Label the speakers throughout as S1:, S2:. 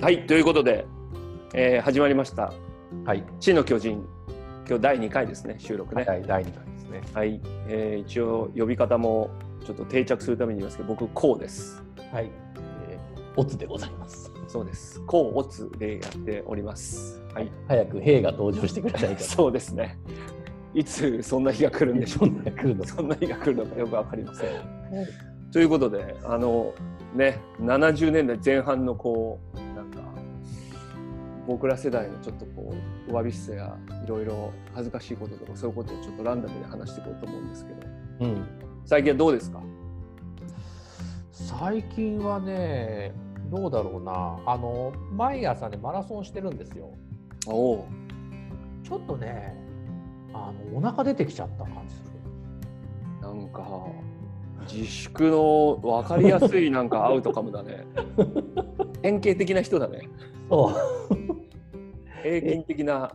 S1: はい、ということで、えー始まりました。
S2: はい、
S1: 真の巨人、今日第2回ですね、収録ね。はい、
S2: 第第2回ですね。
S1: えー一応呼び方もちょっと定着するために言いますけど、僕、こうです。
S2: はい、えー、オツでございます。
S1: そうです。こう、おつでやっております。はい、
S2: 早く兵が登場してくれないか
S1: そうですね。いつそんな日が来るんで
S2: ら。
S1: しょ
S2: そんな来るの
S1: う。。そんな日が来るのかよくわかりません。ということで、あのね、70年代前半のこう、なんか、僕ら世代のちょっとこう、わびしさや、いろいろ恥ずかしいこととか、そういうことをちょっとランダムに話していこうと思うんですけど、
S2: うん。
S1: 最近はどうですか
S2: 最近はね、どうだろうな。あの毎朝ねマラソンしてるんですよ。
S1: おお
S2: ちょっとね、あのお腹出てきちゃった感じする。
S1: なんか、自粛の分かりやすいなんかアウトカムだ ね。典型的な人だね。
S2: そう。
S1: 平均的な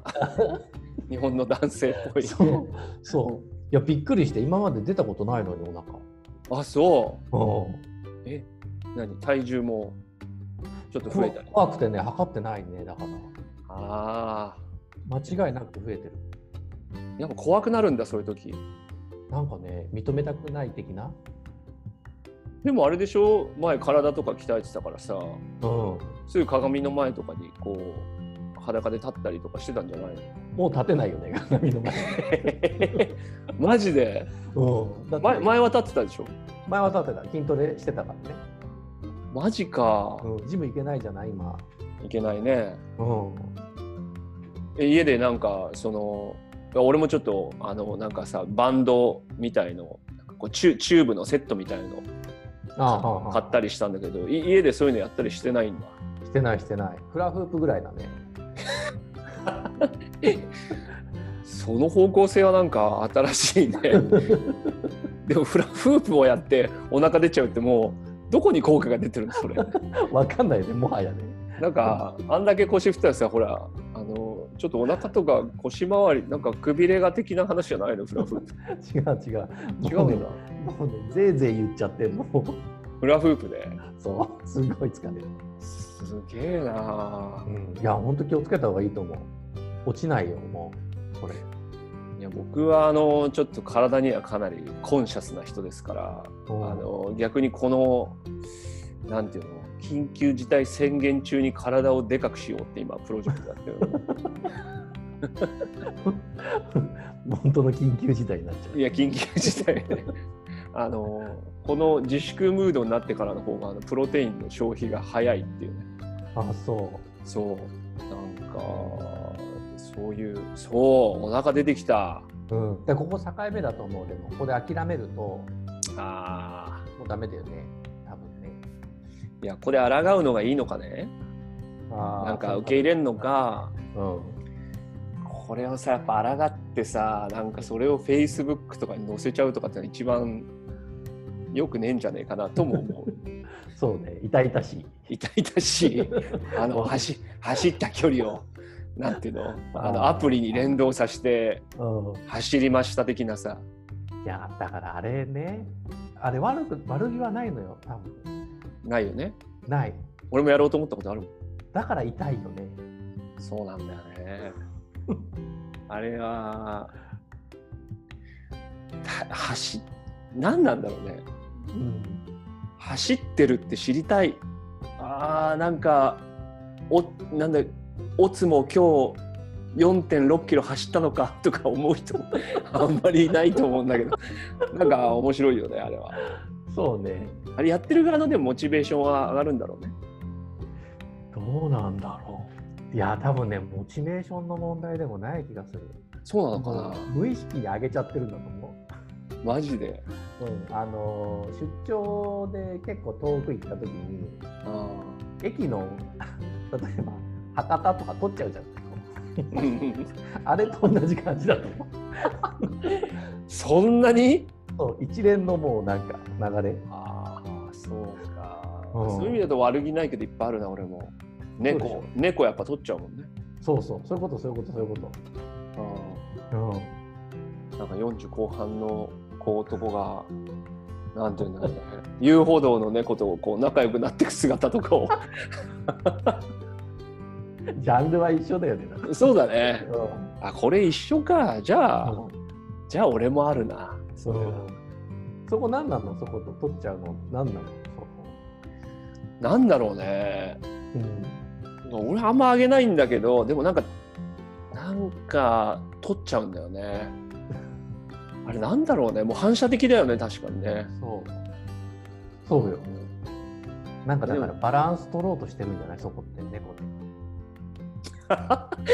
S1: 日本の男性っぽい。
S2: そう。そう。いやびっくりして今まで出たことないのにお
S1: あ、そ
S2: 腹。うん。
S1: う。え、何体重もちょっと増えたり。
S2: 怖くてね測ってないねだから。
S1: ああ。
S2: 間違いなく増えてる。
S1: やっぱ怖くなるんだそういう時
S2: なんかね認めたくない的な。
S1: でもあれでしょ前体とか鍛えてたからさ
S2: うん。
S1: すぐ鏡の前とかにこう裸で立ったりとかしてたんじゃないの
S2: もう立てないよね、 鏡の前。
S1: マジで
S2: うん、だって
S1: 前前は立ってたでしょ
S2: 前は立ってた、筋トレしてたからね。
S1: マジか、
S2: うん、ジム行けないじゃない、今。
S1: いけないね
S2: うん。
S1: え家でなんかその俺もちょっとあのなんかさバンドみたいのなんかこうチュチューブのセットみたいの
S2: ああ
S1: 買ったりしたんだけどい家でそういうのやったりしてないんだ
S2: してない、してない。フラフープぐらいだね。
S1: その方向性はなんか新しいねでもフラフープをやってお腹出ちゃうってもうどこに効果が出てるのそれ
S2: わかんないよね、もはやね。
S1: なんかあんだけ腰振ったらさほらあのちょっとお腹とか腰回りなんかくびれが的な話じゃないのフラフープ
S2: 違う、違う。
S1: 違うん
S2: も
S1: だ
S2: ね。もうね、ぜいぜい言っちゃって、もう。
S1: フラフープで
S2: そう、すごい疲れる。
S1: すげえな
S2: うん、いや、本当気をつけた方がいいと思う。落ちないよ、もう。これ。
S1: いや僕はあのちょっと体にはかなりコンシャスな人ですからあの逆にこのなんていうの緊急事態宣言中に体をでかくしようって今プロジェクトやってるの
S2: 本当の緊急事態になっちゃう。
S1: いや緊急事態 あのこの自粛ムードになってからの方があのプロテインの消費が早いっていうね
S2: あ、そう。
S1: そうなんかそういうそうお腹出てきた
S2: うん、でここ境目だと思うでもここで諦めるとも
S1: あ
S2: うダメだよね多分ね
S1: ーいやこれ抗うのがいいのかね
S2: あー
S1: なんか受け入れるのか
S2: うん
S1: これをさやっぱ抗ってさなんかそれをフェイスブックとかに載せちゃうとかってのは一番よくねえんじゃねえかなとも思う
S2: そうね痛々しい
S1: 痛々しいあ の走走った距離をなんていうのあの
S2: あ
S1: アプリに連動させて
S2: う
S1: 走りました的なさ
S2: んいやだからあれねあれ悪く悪気はないのよ多分
S1: ないよね
S2: ない
S1: 俺もやろうと思ったことあるもん
S2: だから痛いよね
S1: そうなんだよね あれはた走何なんだろうね
S2: うん
S1: 走ってるって知りたいあーなんかおなんだオツも今日4.6キロ走ったのか とか思う人あんまりいないと思うんだけど なんか面白いよねあれは
S2: そうね
S1: あれやってる側のでもモチベーションは上がるんだろうね
S2: どうなんだろういや多分ねモチベーションの問題でもない気がする
S1: そうなのかな、
S2: 無意識に上げちゃってるんだと思う
S1: マジで
S2: うん、あのー出張で結構遠く行った時に
S1: あー
S2: 駅の 例えば博多とか取っちゃうじゃん
S1: うんうん
S2: あれと同じ感じだと思う
S1: そんなに
S2: そう一連のもうなんか流れ
S1: ああそうか、
S2: うん
S1: そういう意味だと悪気ないけどいっぱいあるな俺も
S2: そうで
S1: 猫猫やっぱ取っちゃうもんね
S2: そうそうそういうことそういうことそういうこ
S1: うん
S2: と、
S1: なんか40後半のこう男が、なんていうんだろう ね、遊歩道の猫とこう仲良くなっていく姿とかを
S2: ジャンルは一緒だよね。なんか
S1: そうだね。
S2: うん
S1: あ、これ一緒か。じゃあ、じゃあ俺もあるな。そ
S2: そ
S1: うれ
S2: ん
S1: は。
S2: そこ何なのそこと取っちゃうの何なのそこ、
S1: なんだろうね。
S2: うん、
S1: 俺あんまあげないんだけど、でもなんか、なんか取っちゃうんだよ ね。あれなんだろうね。もう反射的だよね、確かにね。
S2: そうそうよなんかだからバランス取ろうとしてるんじゃないそこって猫っ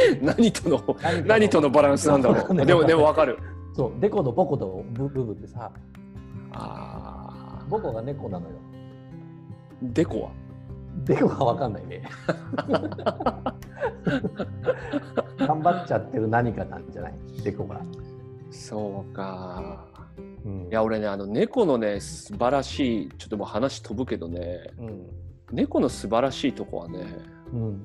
S2: て
S1: 何との、何とのバランスなんだろう。でも、でもわかる。
S2: そうデコのボコとブブブってさ
S1: あ
S2: ボコが猫なのよ
S1: ーデコは。
S2: デコがわかんな いね頑張っちゃってる何かなんじゃないデコが、
S1: そうか。
S2: うん、
S1: いや、俺ね、あの猫のね、素晴らしい、ちょっともう話飛ぶけどね。
S2: うん
S1: 猫の素晴らしいとこはね
S2: うん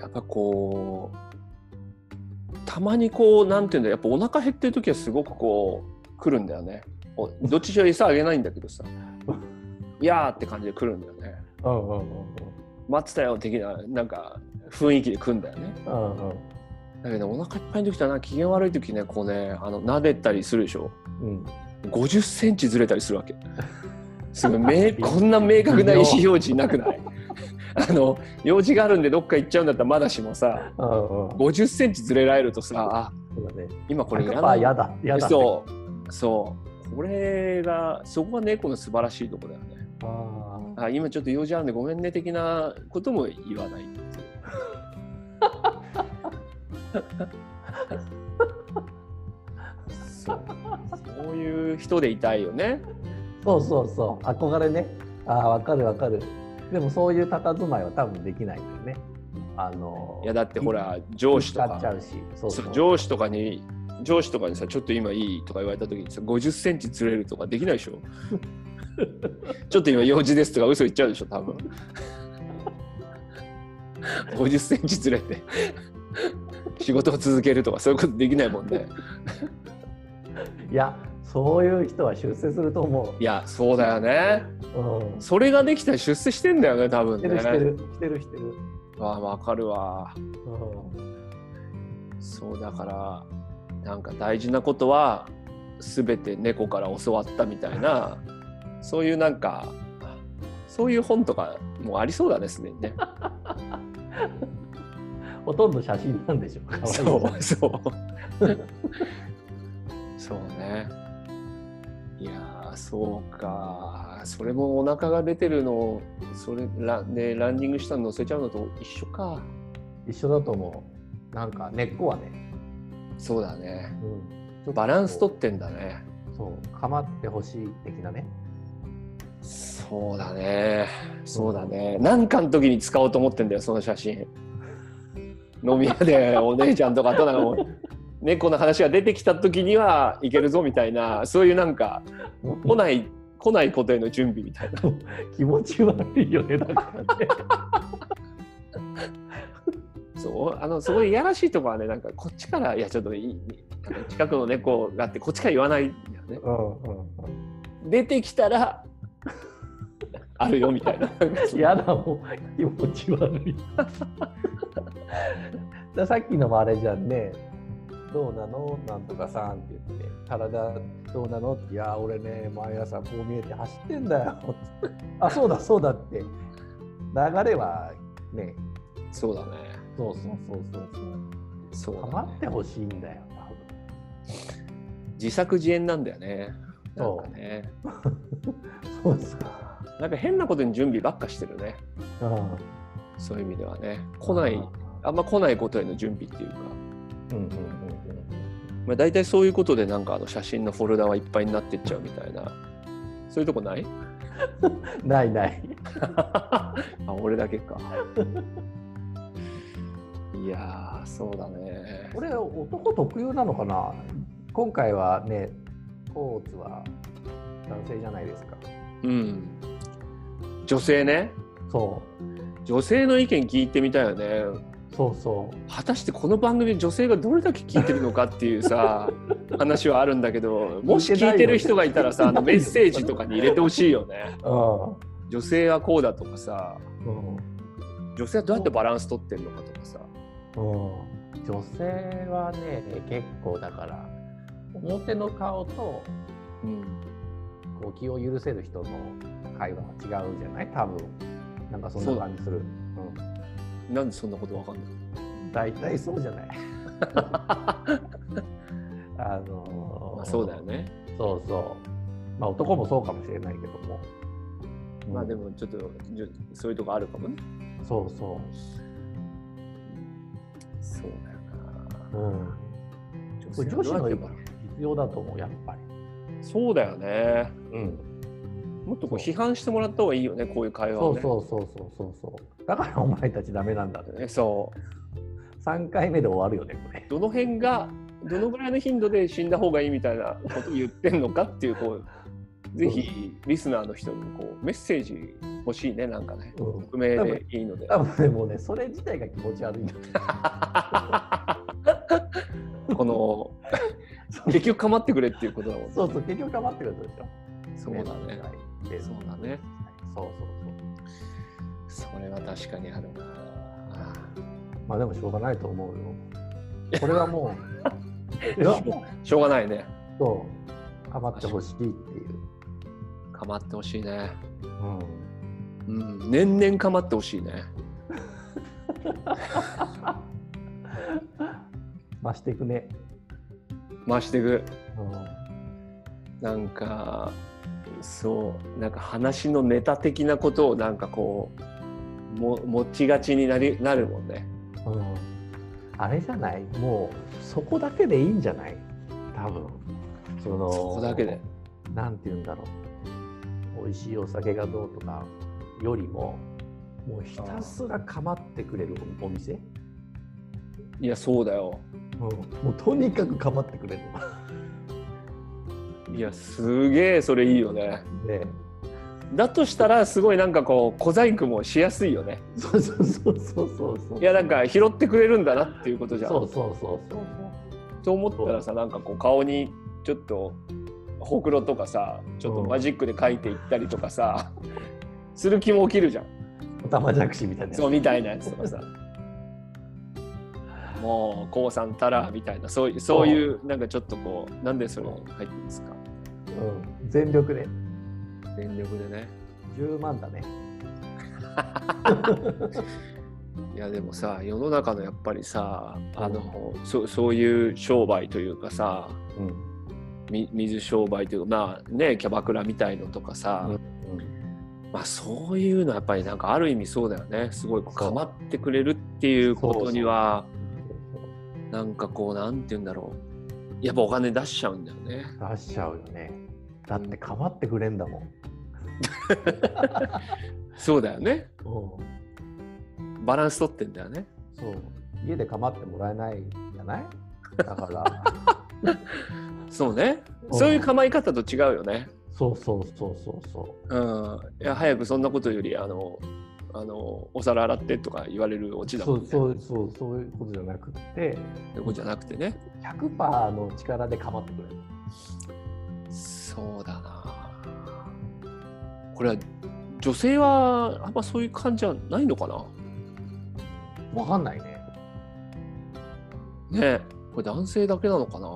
S1: やっぱこうたまにこうなんていうんだやっぱお腹減ってる時はすごくこう来るんだよねおどっちにしろ餌あげないんだけどさ 「いやー」って感じで来るんだよね
S2: うんうんうん
S1: 「待ってたよ」的ななんか雰囲気で来るんだよね
S2: うんうん
S1: だけどお腹いっぱいの時とはなんか機嫌悪い時ねこうねあの撫でたりするでしょ
S2: うん
S1: 50センチずれたりするわけ。すごいめこんな明確な意思表示なくない あの用事があるんでどっか行っちゃうんだったらまだしもさ
S2: うんうん
S1: 50センチずれられるとさあ
S2: そうだね
S1: 今これいら
S2: 100%
S1: ない
S2: やだやだ
S1: そうそうこれがそこが猫の素晴らしいとこだよね
S2: あ
S1: あ今ちょっと用事あるんでごめんね的なことも言わないっていうそうそういう人でいたいよね
S2: ーそうそうそう憧れねああわかるわかるでもそういう佇まいは多分できないんだよねあの
S1: いやだってほら上司と
S2: 使
S1: か
S2: っちゃうしそう
S1: そ
S2: そうう
S1: 上司とかに上司とかにさちょっと今いいとか言われた時にさ50センチずれるとかできないでしょ ちょっと今用事ですとか嘘言っちゃうでしょ多分50センチずれて仕事を続けるとかそういうことできないもんね
S2: いやそういう人は出世すると思
S1: いやそうだよね
S2: う、うん、
S1: それができたら出世してんだよね多分
S2: してるして
S1: ね
S2: るしてるしてる、
S1: わあわかるわ
S2: うん、
S1: そうだからなんか大事なことは全て猫から教わったみたいなそういうなんかそういう本とかもありそうだねすでにね。
S2: ほとんど写真なんでしょ可愛い
S1: そうそうそうね。いやーそうかそれもお腹が出てるのをそれラ,、ね、ランニングしたの乗せちゃうのと一緒か
S2: 一緒だと思うなんか根っこはね、
S1: そうだね
S2: うん、
S1: バランス取
S2: と
S1: ってんだね
S2: そう構ってほしい的なね
S1: そうだね。そうだね。なんかの時に使おうと思ってんだよ、その写真。飲み屋 でお姉ちゃんとかとなんかもう猫の話が出てきた時にはいけるぞみたいな、そういうなんか来ない来ないことへの準備みたいな。
S2: 気持ち悪いよねだからね
S1: そうあのすごいいやらしいとこはね、なんかこっちからいやちょっといいあの近くの猫があってこっちから言わないんだよね。
S2: うんうんうん
S1: 出てきたら。あるよみたいな。
S2: やだもう気持ち悪いだ さっきのもあれじゃんね「どうなのなんとかさん」って言って「体どうなの?」って「いや俺ね毎朝こう見えて走ってんだよ」 つってあそうだそうだ」って流れはね
S1: そうだね。
S2: そうそうそうそう
S1: そ
S2: そう
S1: うだね
S2: 構ってほしいんだよ
S1: 自作自演なんだよね。なん
S2: そう
S1: かね。
S2: 多分そうですか
S1: なんか変なことに準備ばっかしてるね。
S2: うん
S1: そういう意味ではね。来ない、あんま来ないことへの準備っていうか、
S2: うんうんうん
S1: まあ、大体そういうことでなんかあの写真のフォルダはいっぱいになってっちゃうみたいな、そういうとこない
S2: うんないない
S1: あ、俺だけか。 いやー、そうだね。
S2: これ男特有なのかな今回はねポーズは男性じゃないですか
S1: うん。女性ね。
S2: そ
S1: 女性の意見聞いてみたいよね。
S2: うそうそ
S1: 果たしてこの番組で女性がどれだけ聞いてるのかっていう さ話はあるんだけどもし聞いてる人がいたらさあのメッセージとかに入れてほしいよね
S2: うう
S1: 女性はこうだとかさ
S2: ん、うん、
S1: 女性はどうやってバランス取ってるのかとかさ
S2: うん、女性はね結構だから表の顔と
S1: うん
S2: こう気を許せる人の会話は違うじゃない多分なんかそんな感じする
S1: なんでそんなことわかんない
S2: うん大体、そうじゃ ないあのー
S1: まあそうだよね
S2: そうそうまあ男もそうかもしれないけども、
S1: まあで
S2: も
S1: もちょっとじゅそういうとこあるかもね
S2: そうそ
S1: そうだよ
S2: う、うん、これ
S1: な
S2: 女子の
S1: はどうやって
S2: 意
S1: バラン
S2: 見必要だと思うやっぱり
S1: スそうだよね
S2: うん
S1: もっとこう批判してもらった方がいいよねこういう会話
S2: そ
S1: を
S2: う
S1: ね
S2: そうそうそうそうそう。だからお前たちダメなんだって。
S1: えそう
S2: 3回目で終わるよね、これ。
S1: どの辺がどのぐらいの頻度で死んだ方がいいみたいなことを言ってんのかっていうこうぜひリスナーの人にこうメッセージ欲しいねなんかね
S2: うん
S1: 匿名でいいので
S2: 多分ねもうね、それ自体が気持ち悪いんだ。
S1: この結局構ってくれっていうことだもんね
S2: そうそう、結局黙ってることでしょ。
S1: そうだね
S2: で
S1: そうだね。
S2: そうそう
S1: それは確かにあるな
S2: そう。まあでもしょうがないと思うよ。これはも う、いやも
S1: しょうがないね
S2: うそう、構ってほしいっていう。
S1: 構ってほしいね
S2: うん、
S1: うん年々構ってほしいね
S2: 増していくね。
S1: 回していく
S2: うん
S1: なんかそうなんか話のネタ的なことをなんかこうも持ちがちになりなるもんね
S2: うん、あれじゃないもうそこだけでいいんじゃない多分その
S1: そこだけで
S2: なんて言うんだろう美味しいお酒がどうとかよりももうひたすら構ってくれるお店、うん、
S1: いやそうだよ
S2: もうとにかく構ってくれる
S1: いやすげえそれいいよね
S2: で
S1: だとしたらすごいなんかこう小細工もしやすいよね
S2: そうそうそうそうそうそう
S1: いやなんか拾ってくれるんだなっていうことじゃん
S2: そうそうそうそう
S1: と思ったらさなんかこう顔にちょっとほくろとかさちょっとマジックで書いていったりとかさ、する気も起きるじゃん
S2: おたまじゃくしみたいな
S1: そう
S2: や
S1: みたいなやつ とかさ。もうこうさんたらみたいなそういうそういうなんかちょっとこうなんでそれ入ってるんですか
S2: つ、うん、全力で
S1: 全力でね
S2: 10万だね
S1: いやでもさ世の中のやっぱりさあのそそういう商売というかさ
S2: うん、
S1: み水商売というかまあねキャバクラみたいのとかさ、まあそういうのはやっぱりなんかある意味そうだよねすごいこう
S2: そう
S1: 構ってくれるっていうことには
S2: うん
S1: なんかこうなんて言うんだろうやっぱお金出しちゃうんだよね。
S2: 出しちゃうよねだって構ってくれんだもん、
S1: そうだよね
S2: そう
S1: バランス取ってんだよね。
S2: 家で構ってもらえないじゃないだから
S1: そうね。
S2: うん
S1: そういう構え方と違うよね。
S2: そうそうそうそうそ
S1: うん。いや早くそんなことよりあのあのお皿洗ってとか言われるオチ
S2: う
S1: だ
S2: そ
S1: もん
S2: う
S1: ね。
S2: そうそうそういうことじゃなくって
S1: そういうことじゃなくてね。
S2: 100%の力で構ってくれる
S1: そうだな。これは女性はあんまそういう感じはないのかな。
S2: わかんないね
S1: ね。これ男性だけなのかな。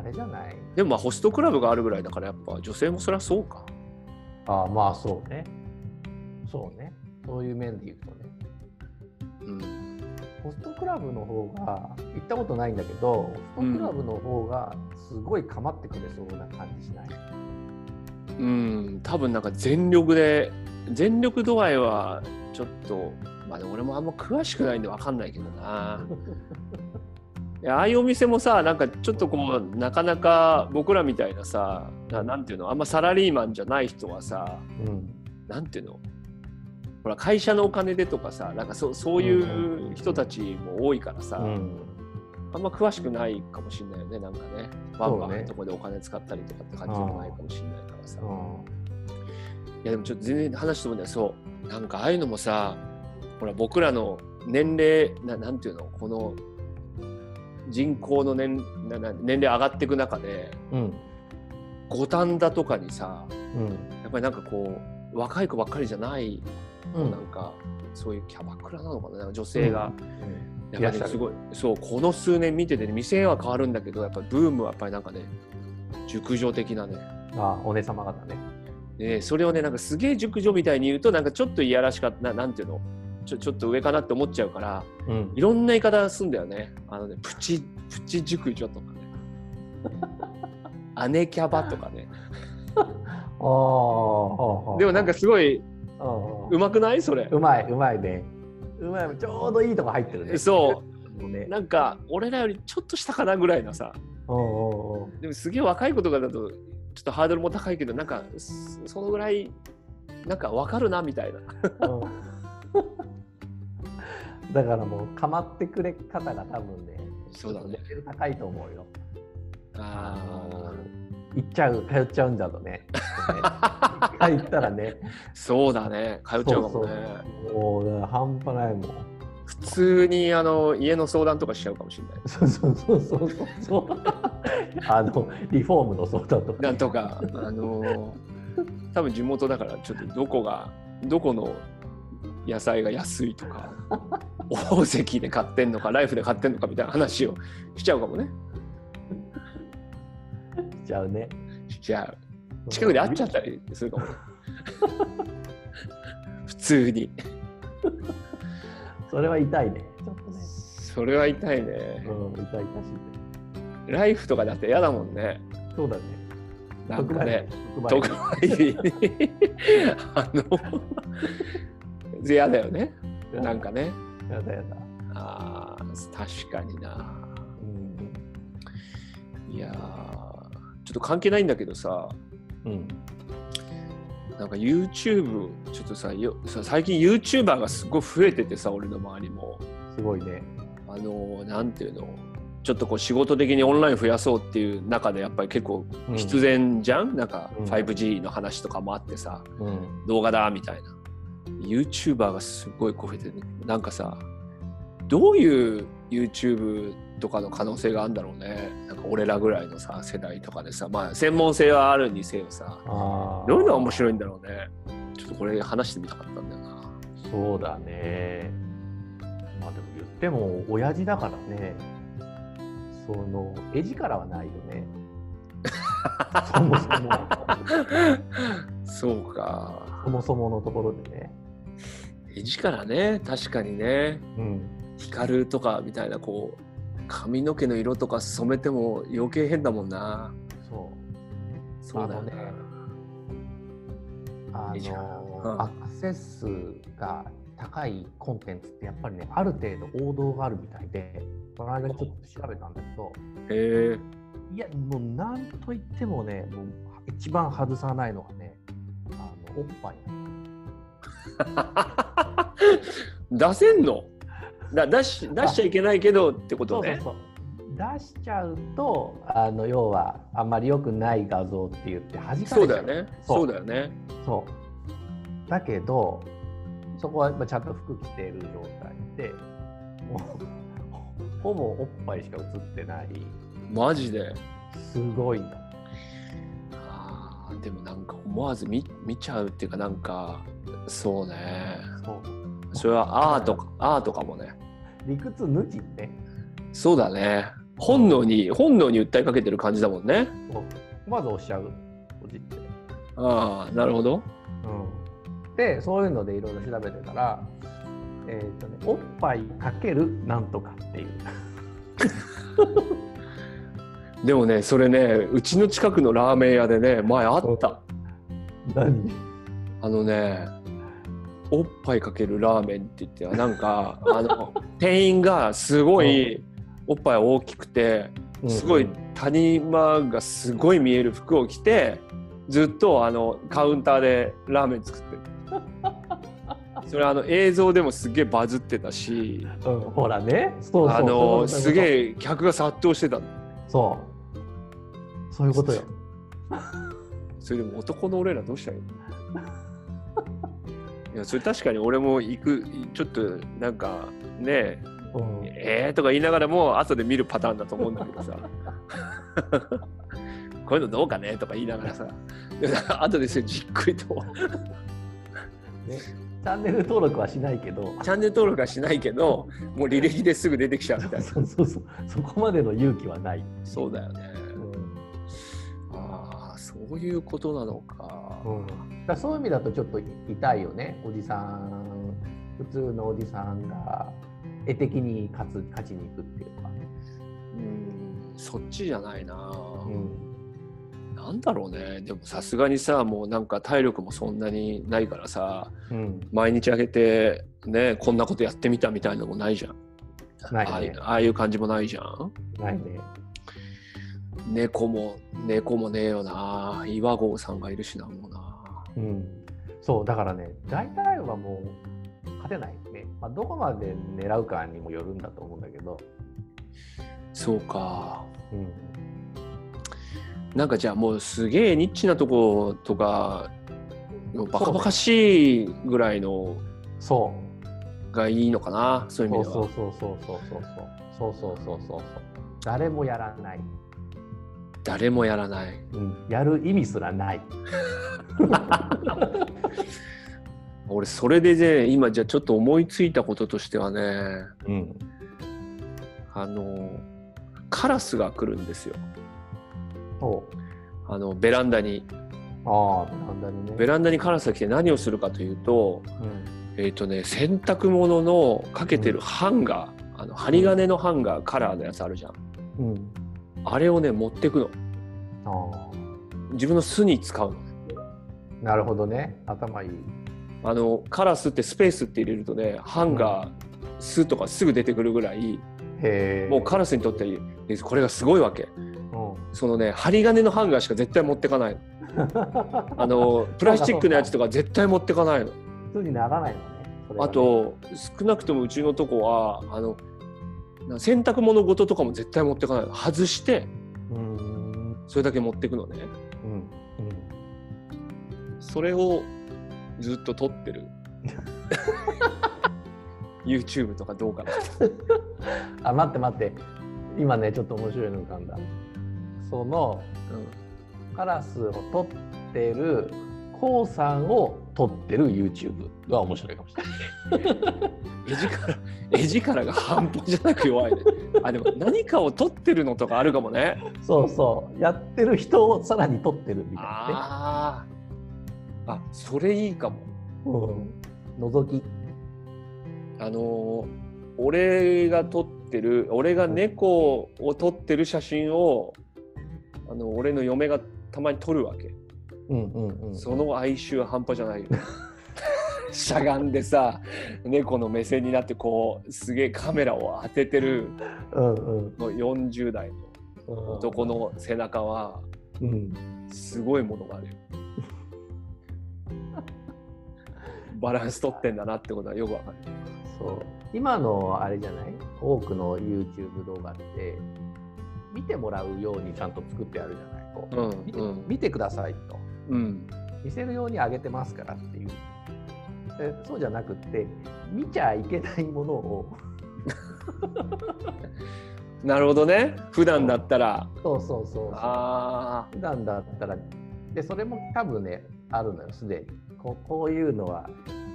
S2: あれじゃない
S1: でもまあホストクラブがあるぐらいだからやっぱ女性もそりゃそうか。
S2: ああまあそうねそうねそういう面で言うとね
S1: うん。
S2: ホストクラブの方が行ったことないんだけどホストクラブの方がすごい構ってくれそうな感じしない、
S1: うん。多分なんか全力で全力度合いはちょっとまあでも俺もあんま詳しくないんでわかんないけどな。いやああいうお店もさなんかちょっとこうなかなか僕らみたいなさななんていうのあんまサラリーマンじゃない人はさ
S2: うん
S1: なんていうのほら会社のお金でとかさなんかそそういう人たちも多いからさ、
S2: うん
S1: あんま詳しくないかもしれないよねなんかねバンバ
S2: そう
S1: ン
S2: ね
S1: とこでお金使ったりとかって感じでもないかもしれないからさ、
S2: う
S1: いやでもちょっと全然話してもねそうなんかああいうのもさほら僕らの年齢ななんていうのこの人口の年なな年齢上がっていく中で
S2: ん
S1: 五反田とかにさ
S2: うん
S1: やっぱりなんかこう若い子ばっかりじゃない
S2: うん
S1: なんかそういうキャバクラなのかななんか女性が、
S2: うん
S1: やっぱりすごいそうこの数年見てて、ね、店は変わるんだけどやっぱブームはやっぱりなんかね熟女的なね
S2: あお姉様方ね
S1: でそれをねなんかすげえ熟女みたいに言うとなんかちょっといやらしかったななんていうのちょちょっと上かなって思っちゃうから
S2: うん
S1: いろんな言い方すんだよねあのねプチプチ熟女とかね姉キャバとかね
S2: ああ
S1: でもなんかすごい
S2: うん
S1: うまくないそれ
S2: うまいうまいねうまいちょうどいいとこ入ってるね
S1: そう
S2: ね
S1: なんか俺らよりちょっと下かなぐらいのさ
S2: うんうんうん
S1: でもすげえ若い子とかだとちょっとハードルも高いけどなんかそそのぐらいなんかわかるなみたいな
S2: うんだからもう構ってくれ方が多分ね
S1: そうだね
S2: レベル高いと思うよ
S1: あ
S2: 行っちゃう通っちゃうんだとね
S1: あ
S2: 入ったらね
S1: そうだね通っちゃうかもね
S2: そうもうだから半端ないもん
S1: 普通にあの家の相談とかしちゃうかもしれない
S2: そうそうそうそうそうそうあのリフォームの相談とか
S1: なんとかあの多分地元だからちょっとどこがどこの野菜が安いと か大関で買ってんのかライフで買ってんのかみたいな話をしちゃうかもね
S2: しちゃうね
S1: しちゃう近くで会っちゃったりするかも。 普通に。
S2: それは痛いねちょっとね
S1: それは痛いね。
S2: うん痛い痛しい
S1: ライフとかだって嫌だもんね。
S2: そうだね
S1: なんかね。
S2: 特
S1: 特
S2: 売
S1: 売日にあの、嫌だよね。なんかね。
S2: やだやだ
S1: あー確かにな。
S2: うん
S1: いやーちょっと関係ないんだけどさ、
S2: うん
S1: なんか YouTube、ちょっとさ、よさ最近 YouTuber がすごい増えててさ、俺の周りも。
S2: すごいね
S1: あのなんていうのちょっとこう仕事的にオンライン増やそうっていう中でやっぱり結構
S2: うん
S1: 必然じゃん、なんか
S2: うん
S1: 5G の話とかもあってさ、
S2: うん
S1: 動画だみたいな YouTuber がすごい超えてるなんかさどういう YouTube とかの可能性があるんだろうねなんか俺らぐらいのさ世代とかでさまあ専門性はあるにせよさ
S2: あー
S1: どういうのが面白いんだろうねちょっとこれ話してみたかったんだよな
S2: そうだね。まあでも言っても親父だからね。その絵力はないよ ね。そもそも
S1: そうか
S2: そもそものところでね。
S1: 絵力ね確かにね
S2: うん。
S1: 光るとかみたいなこう髪の毛の色とか染めても余計変だもんな
S2: そう。
S1: そうだよね
S2: あのねあ
S1: いいじゃんう
S2: の
S1: ん
S2: アクセス数が高いコンテンツってやっぱりねある程度王道があるみたいでこの間ちょっと調べたんだけど
S1: へえ
S2: いやもうなんといってもねもう一番外さないのがねあのおっぱいな の
S1: 出せんのだ出し出しちゃいけないけどってこと
S2: そうそう
S1: ね
S2: そう出しちゃうとあの要はあんまり良くない画像って言って弾かれちゃう
S1: そうだよね
S2: そ
S1: そううだよね
S2: そうだけどそこはまあちゃんと服着てる状態でもう ほぼおっぱいしか映ってない
S1: マジです
S2: ごいんだ
S1: あーでもなんか思わず見見ちゃうっていうかなんかそうね
S2: そう
S1: それはアートかアートかもね
S2: 理屈抜きね
S1: そうだね本能に本能に訴えかけてる感じだもんね
S2: そうまず押しちゃうおじって。
S1: ああなるほど
S2: うん、でそういうのでいろいろ調べてたら、えーとね、おっぱいかけるなんとかっていう
S1: でもねそれねうちの近くのラーメン屋でね前あった
S2: 何
S1: あのねおっぱいかけるラーメンって言ってなんかあ の店員がすごいおっぱい大きくてすごい谷間がすごい見える服を着てずっとあのカウンターでラーメン作 ってるそれあの映像でもすげえバズってたし
S2: うん、ほらねそうそう
S1: あの
S2: そう
S1: す
S2: え
S1: げえ客が殺到してたの
S2: そうそういうことよ
S1: それでも男の俺 らどうしたらいいのいやそれ確かに俺も行くちょっとなんかね
S2: うん
S1: ええー、とか言いながらも後で見るパターンだと思うんだけど さこういうのどう かねとか言いながらさでもなんか後でそれじっくりと
S2: ねチャンネル登録はしないけど、
S1: チャンネル登録はしないけど、もう履歴ですぐ出てきちゃうみたいな。
S2: そうそうそう、そこまでの勇気はない。
S1: そうだよね。
S2: うん
S1: ああ、そういうことなのか。
S2: うん、だからそういう意味だとちょっと痛いよね、おじさん、普通のおじさんが絵的に勝つ勝ちに行くっていうか。
S1: うん、そっちじゃないな。
S2: うん
S1: なんだろうね。でもさすがにさ、もうなんか体力もそんなにないからさ、
S2: うん
S1: 毎日あげて、ね、こんなことやってみたみたいなのもないじゃん。
S2: ないね
S1: ああいうああいう感じもないじゃん。
S2: ないね。
S1: 猫も、猫もねえよな。岩合さんがいるしな、もうな。
S2: うん、そうだからね大体はもう勝てないね、まあ、どこまで狙うかにもよるんだと思うんだけど、
S1: そうか。
S2: うん、
S1: なんかじゃあもうすげえニッチなとことか、バカバカしいぐらいの
S2: そ
S1: がいいのかな、そう
S2: う
S1: いう意
S2: そう
S1: 味では。
S2: そうそうそうそうそうそうそうそうそうそう誰もやらない、
S1: 誰もやらない。
S2: うん、やる意味すらない
S1: 俺それでね今じゃあちょっと思いついたこととしてはね
S2: うん
S1: あのカラスが来るんですよ
S2: そう
S1: あのベランダに
S2: ああベランダにね
S1: ベランダにカラスが来て何をするかというと
S2: うん
S1: えっ、とね洗濯物のかけてるハンガー、あの針金のハンガーカラーのやつあるじゃん
S2: うん
S1: あれをね持ってくの
S2: あ
S1: 自分の巣に使うの
S2: あなるほどね頭いい
S1: あのカラスってスペースって入れるとねハンガー、巣とかすぐ出てくるぐらい
S2: へえ
S1: もうカラスにとってはこれがすごいわけ
S2: うん、
S1: そのね針金のハンガーしか絶対持ってかないのあのプラスチックのやつとか絶対持ってかないの
S2: 普通にならないのねそれが
S1: あ
S2: ね
S1: と少なくともうちのとこはあのな洗濯物ごととかも絶対持ってかないの外して
S2: うーん
S1: それだけ持ってくのね
S2: うんうん
S1: それをずっと撮って る YouTube とかどうかな
S2: あ待って待って今ねちょっと面白いの浮かんだそのカラスを撮ってるコウさんを撮ってる YouTube は面白いかもしれない
S1: 絵力絵力が半端じゃなく弱いねあでも何かを撮ってるのとかあるかもね
S2: そうそうやってる人をさらに撮ってるみたいなね、
S1: あーあそれいいかも
S2: うん、覗き
S1: あのー俺が撮ってる俺が猫を撮ってる写真をあの俺の嫁がたまに撮るわけ、
S2: うんうんうん
S1: その哀愁は半端じゃないよ しゃがんでさ猫の目線になってこうすげえカメラを当ててる
S2: うんうん
S1: の40代の
S2: うん
S1: 男の背中は
S2: うん
S1: すごいものがあるよバランス取ってんだなってことはよくわかる
S2: そう今のあれじゃない多くの YouTube 動画って見てもらうようにちゃんと作ってあるじゃないこう
S1: うん
S2: 見て
S1: うん
S2: 見てくださいと
S1: うん
S2: 見せるように上げてますからっていうでそうじゃなくって見ちゃいけないものを
S1: なるほどね普段だったら
S2: そうそうそうそう
S1: あ
S2: 普段だったらでそれも多分ねあるのよすでにこうこういうのは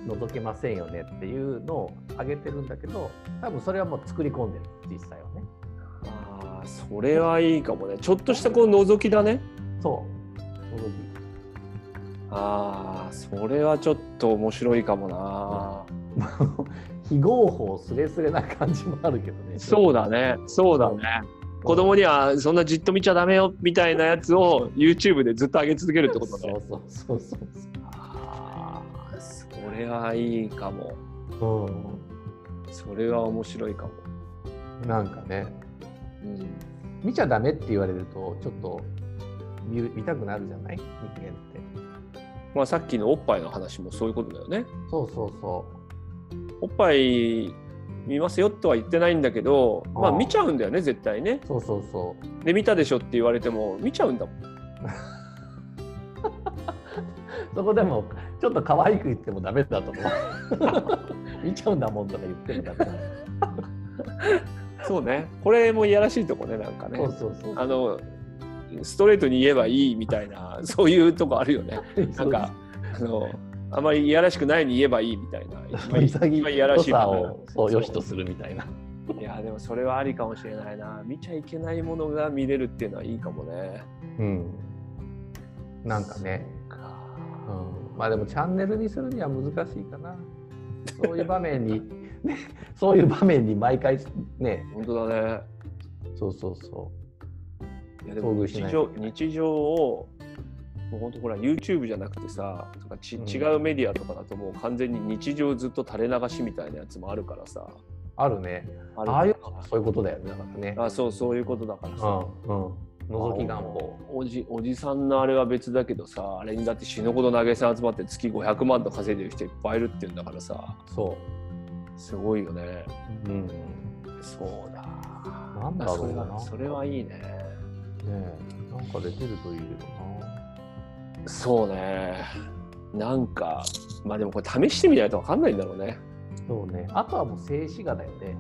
S2: 覗けませんよねっていうのを上げてるんだけど多分それはもう作り込んでる実際はね
S1: ーあーそれはいいかもねちょっとしたこう覗きだね
S2: そう 覗き
S1: あーそれはちょっと面白いかもな、
S2: 非合法すれすれな感じもあるけどね。
S1: そうだねそうだね子供にはそんなじっと見ちゃダメよみたいなやつを YouTube でずっと上げ続けるってことね
S2: そうそうそう
S1: ああそれはいいかも
S2: そう。
S1: それは面白いかも、
S2: うん。なんかね、
S1: うん、
S2: 見ちゃダメって言われるとちょっと見る見たくなるじゃない人間って。
S1: まあさっきのおっぱいの話もそういうことだよね
S2: そうそうそ
S1: おっぱい見ますよとは言ってないんだけどまあ
S2: ああ
S1: 見ちゃうんだよね絶対ね
S2: う。そうそうそ
S1: で見たでしょって言われても見ちゃうんだもん
S2: う。そこでもちょっと可愛く言ってもダメだと思う。 見ちゃうんだもんとか言ってもダメだ。
S1: そうねこれもいやらしいとこねなんかね
S2: そうそうそう。
S1: あの ストレートに言えばいいみたいなそういうとこあるよね
S2: そうそう、
S1: なんかあのあまりいやらしくないに言えばいいみたいな。今いやらしい
S3: 良さをそう良しと
S1: す
S3: するみたいな。
S1: る。いや、でもそれはありかもしれないな。見ちゃいけないものが見れるっていうのはいいかもね。
S2: うん、なんかね、うん、まあでもチャンネルにするには難しいかなそういう場面に、 ね、そういう場面に毎回ね
S1: 本当だね。
S2: そうそうそ
S1: いやでも
S2: 遭遇し
S1: 日
S2: ない
S1: 常日常をもう本当ほら YouTube じゃなくてさとかち、違うメディアとかだともう完全に日常ずっと垂れ流しみたいなやつもあるからさ
S2: うあるね
S1: あ
S2: ああいうのもそういうことだよねだからね
S1: あそうそういうことだから
S2: う
S1: さ、
S2: んうん覗き願望
S1: おじおじさんのあれは別だけどさあれにだって死ぬほど投げ銭集まって月500万と稼いでる人いっぱいいるっていうんだからさ
S2: そ
S1: すごいよね
S2: ううん
S1: そうだ
S2: なんだろ
S1: そ
S2: うな
S1: れはそれはいいね
S2: ねえなんかできるといいけどな
S1: そうねなんかまあでもこれ試してみないと分かんないんだろうね
S2: そうねあとはもう静止画だよね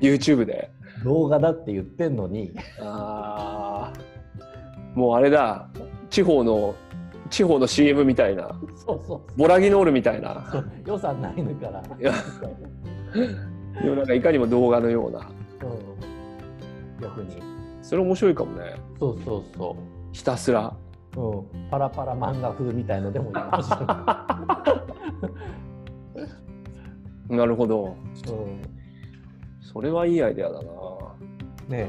S1: YouTube で
S2: 動画だって言ってんのに
S1: あーもうあれだ地方の地方の CM みたいな
S2: そうそう
S1: ボラギノールみたいな
S2: そう予算ないのから
S1: いや世の中いかにも動画のような
S2: うん逆に
S1: それ面白いかもね
S2: そうそうそ
S1: ひたすら
S2: う、うん、パラパラ漫画風みたいのでもいいかもしれな
S1: なるほど
S2: い、 う、
S1: それはいいアイデアだなん
S2: ね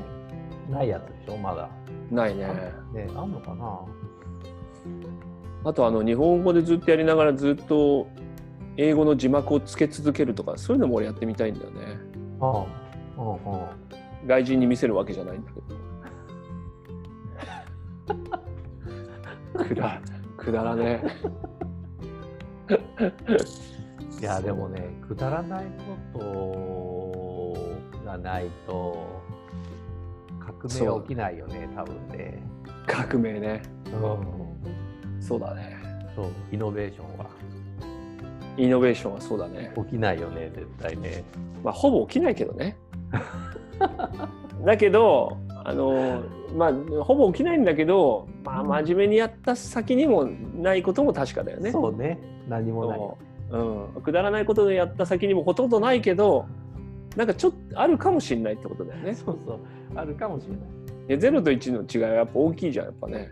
S2: えないやつでしょまだ
S1: ないね
S2: ねえあんのかな
S1: あとあの日本語でずっとやりながらずっと英語の字幕をつけ続けるとかそういうのも俺やってみたいんだよね
S2: ああうんうん
S1: 外人に見せるわけじゃないんだ けどくだくだらね
S2: いやでもねくだらないことがないと革命は起きないよね多分ね、
S1: 革命ね
S2: うん、
S1: そうだね
S2: そうイノベーションは
S1: イノベーションはそうだね、
S2: 起きないよね絶対ね
S1: まあ、ほぼ起きないけどね だけどあのまあほぼ起きないんだけど、まあ、真面目にやった先にもないことも確かだよね
S2: そうね何もない
S1: そううん、くだらないことでやった先にもほとんどないけどなんかちょっとあるかもしれないってことだよね
S2: そうそうあるかもしれない
S1: いや0と1の違いはやっぱ大きいじゃんやっぱね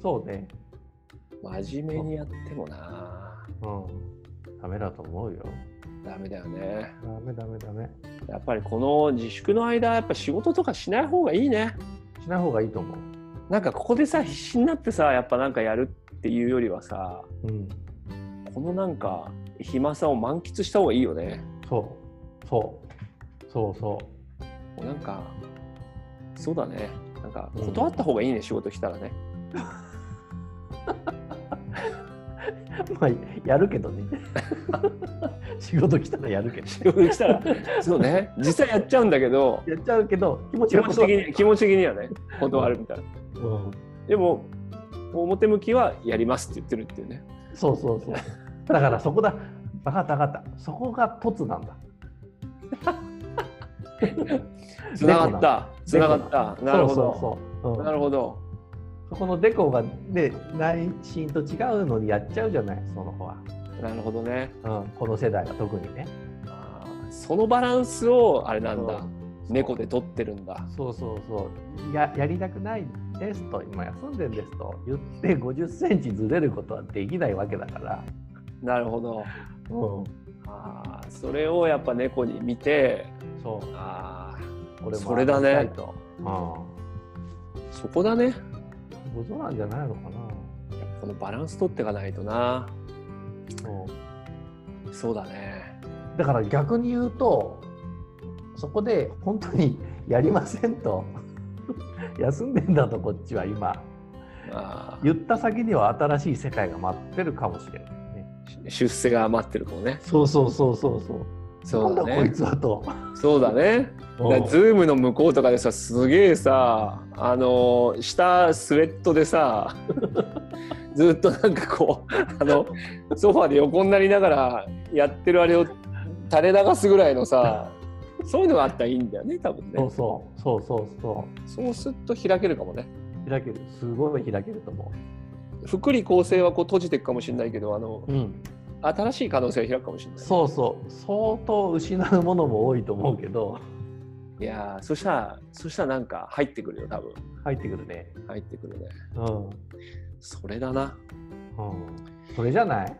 S2: そうね
S1: 真面目にやってもな
S2: うんダメだと思うよ。
S1: ダメだよね
S2: ダメダメダメ。
S1: やっぱりこの自粛の間やっぱ仕事とかしない方がいいね
S2: しない方がいいと思う。
S1: なんかここでさ必死になってさやっぱなんかやるっていうよりはさ
S2: うん。
S1: このなんか暇さを満喫した方がいいよね
S2: そう。そう。そうそ
S1: もうなんかそうだねなんか断った方がいいね、仕事来たらね
S2: う。 まあ、やるけどね。 仕事来たらやるけど。
S1: 仕事来た らそうね実際やっちゃうんだけど
S2: やっちゃうけど、気持ち
S1: 気
S2: は
S1: 持ち的に気持ち的にはね断るみたいな
S2: うん。
S1: でも表向きはやりますって言ってるっていうね
S2: そうそうそう。だからそこだ。分かった分かった。そこが凸なんだ。
S1: つながったつながった なるほど
S2: そうそうそう。
S1: な
S2: うん
S1: るほど
S2: そこのデコがね、内心と違うのにやっちゃうじゃない、その子は。
S1: なるほどね
S2: うん。この世代は特にね。
S1: あーそのバランスをあれなんだ
S2: そう
S1: 猫で取ってるんだ
S2: そうそうそうややりたくないですと今休んでんですと言って50センチずれることはできないわけだから、
S1: なるほど
S2: うん、
S1: あーそれをやっぱ猫に見て
S2: そう
S1: あー
S2: こ
S1: それだね
S2: と、うん、
S1: そこだね
S2: ことなんじゃないのかな
S1: やっぱこのバランス取っていかないとな
S2: そう
S1: そうだね
S2: だから逆に言うとそこで本当に やりませんと 休んでんだとこっちは今
S1: あー
S2: 言った先には新しい世界が待ってるかもしれないね
S1: 出世が待ってるかもね
S2: そうそうそうそうそう
S1: そうだ
S2: なんだこい
S1: ね
S2: つはと
S1: そうだねだからズームの向こうとかでさすげえさあのー下スウェットでさ ずっとなんかこうあのソファーで横になりながらやってるあれを垂れ流すぐらいのさそういうのがあったらいいんだよね多分
S2: そ
S1: ね
S2: うそうそうそうそう
S1: そうすっと開けるかもね
S2: 開けるすごい開けると思
S1: 福利厚生はこう閉じていくかもしれないけどあの
S2: うん、
S1: 新しい可能性が開くかもしれない。
S2: そうそう相当失うものも多いと思うけど
S1: いやーそしたらそしたらなんか入ってくるよ多分
S2: 入ってくるね
S1: 入ってくるね。
S2: うん、うん、
S1: それだな
S2: それじゃない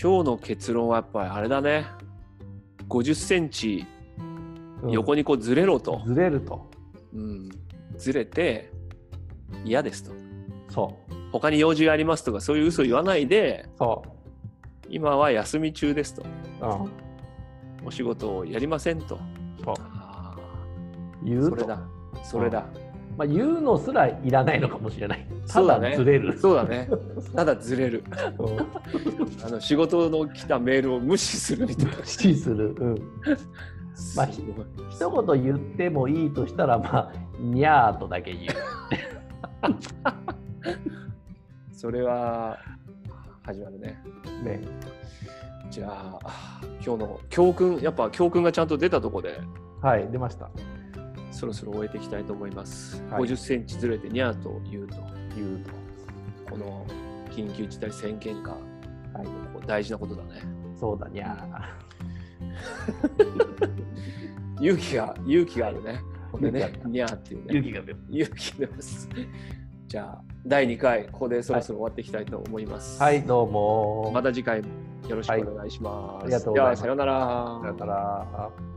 S1: 今日の結論はやっぱりあれだね50センチ
S2: うん
S1: 横にこうずれろと、
S2: ずれると
S1: うん、ずれて嫌ですと
S2: そう
S1: 他に用事がありますとかそういう嘘言わないで
S2: そ
S1: 今は休み中ですと
S2: う、うん、
S1: お仕事をやりませんと
S2: そう
S1: あー
S2: 言う
S1: そ
S2: と
S1: れだそれだ、
S2: まあ、言うのすらいらないのかもしれないた
S1: そうだ
S2: だ
S1: ね
S2: ずれる
S1: そうだねただずれる
S2: うん
S1: あの仕事の来たメールを無視するみたいな
S2: 支持する、うん、ま
S1: すご
S2: あ
S1: い
S2: 一言言ってもいいとしたらまあにゃーとだけ言う
S1: それは始まる ね
S2: ね
S1: じゃあ今日の教訓やっぱ教訓がちゃんと出たところで
S2: はい出ました
S1: そろそろ終えていきたいと思います。
S2: はい
S1: 50センチずれてニャーと言うと
S2: 言うと
S1: この緊急事態宣言下
S2: はい
S1: こう大事なことだね。
S2: そうだにゃ
S1: 勇気が勇気があるね。ほんでね
S2: 勇気ある
S1: ニャーっていう
S2: ー勇
S1: ね
S2: 気が出る
S1: 勇気出ます。じゃあ第2回ここでそろそろ終わっていきたいと思います。
S2: はいどうも
S1: また次回もよろしくお願いします。
S2: はいありがとうございま
S1: では
S2: す
S1: さようなら
S2: さよなら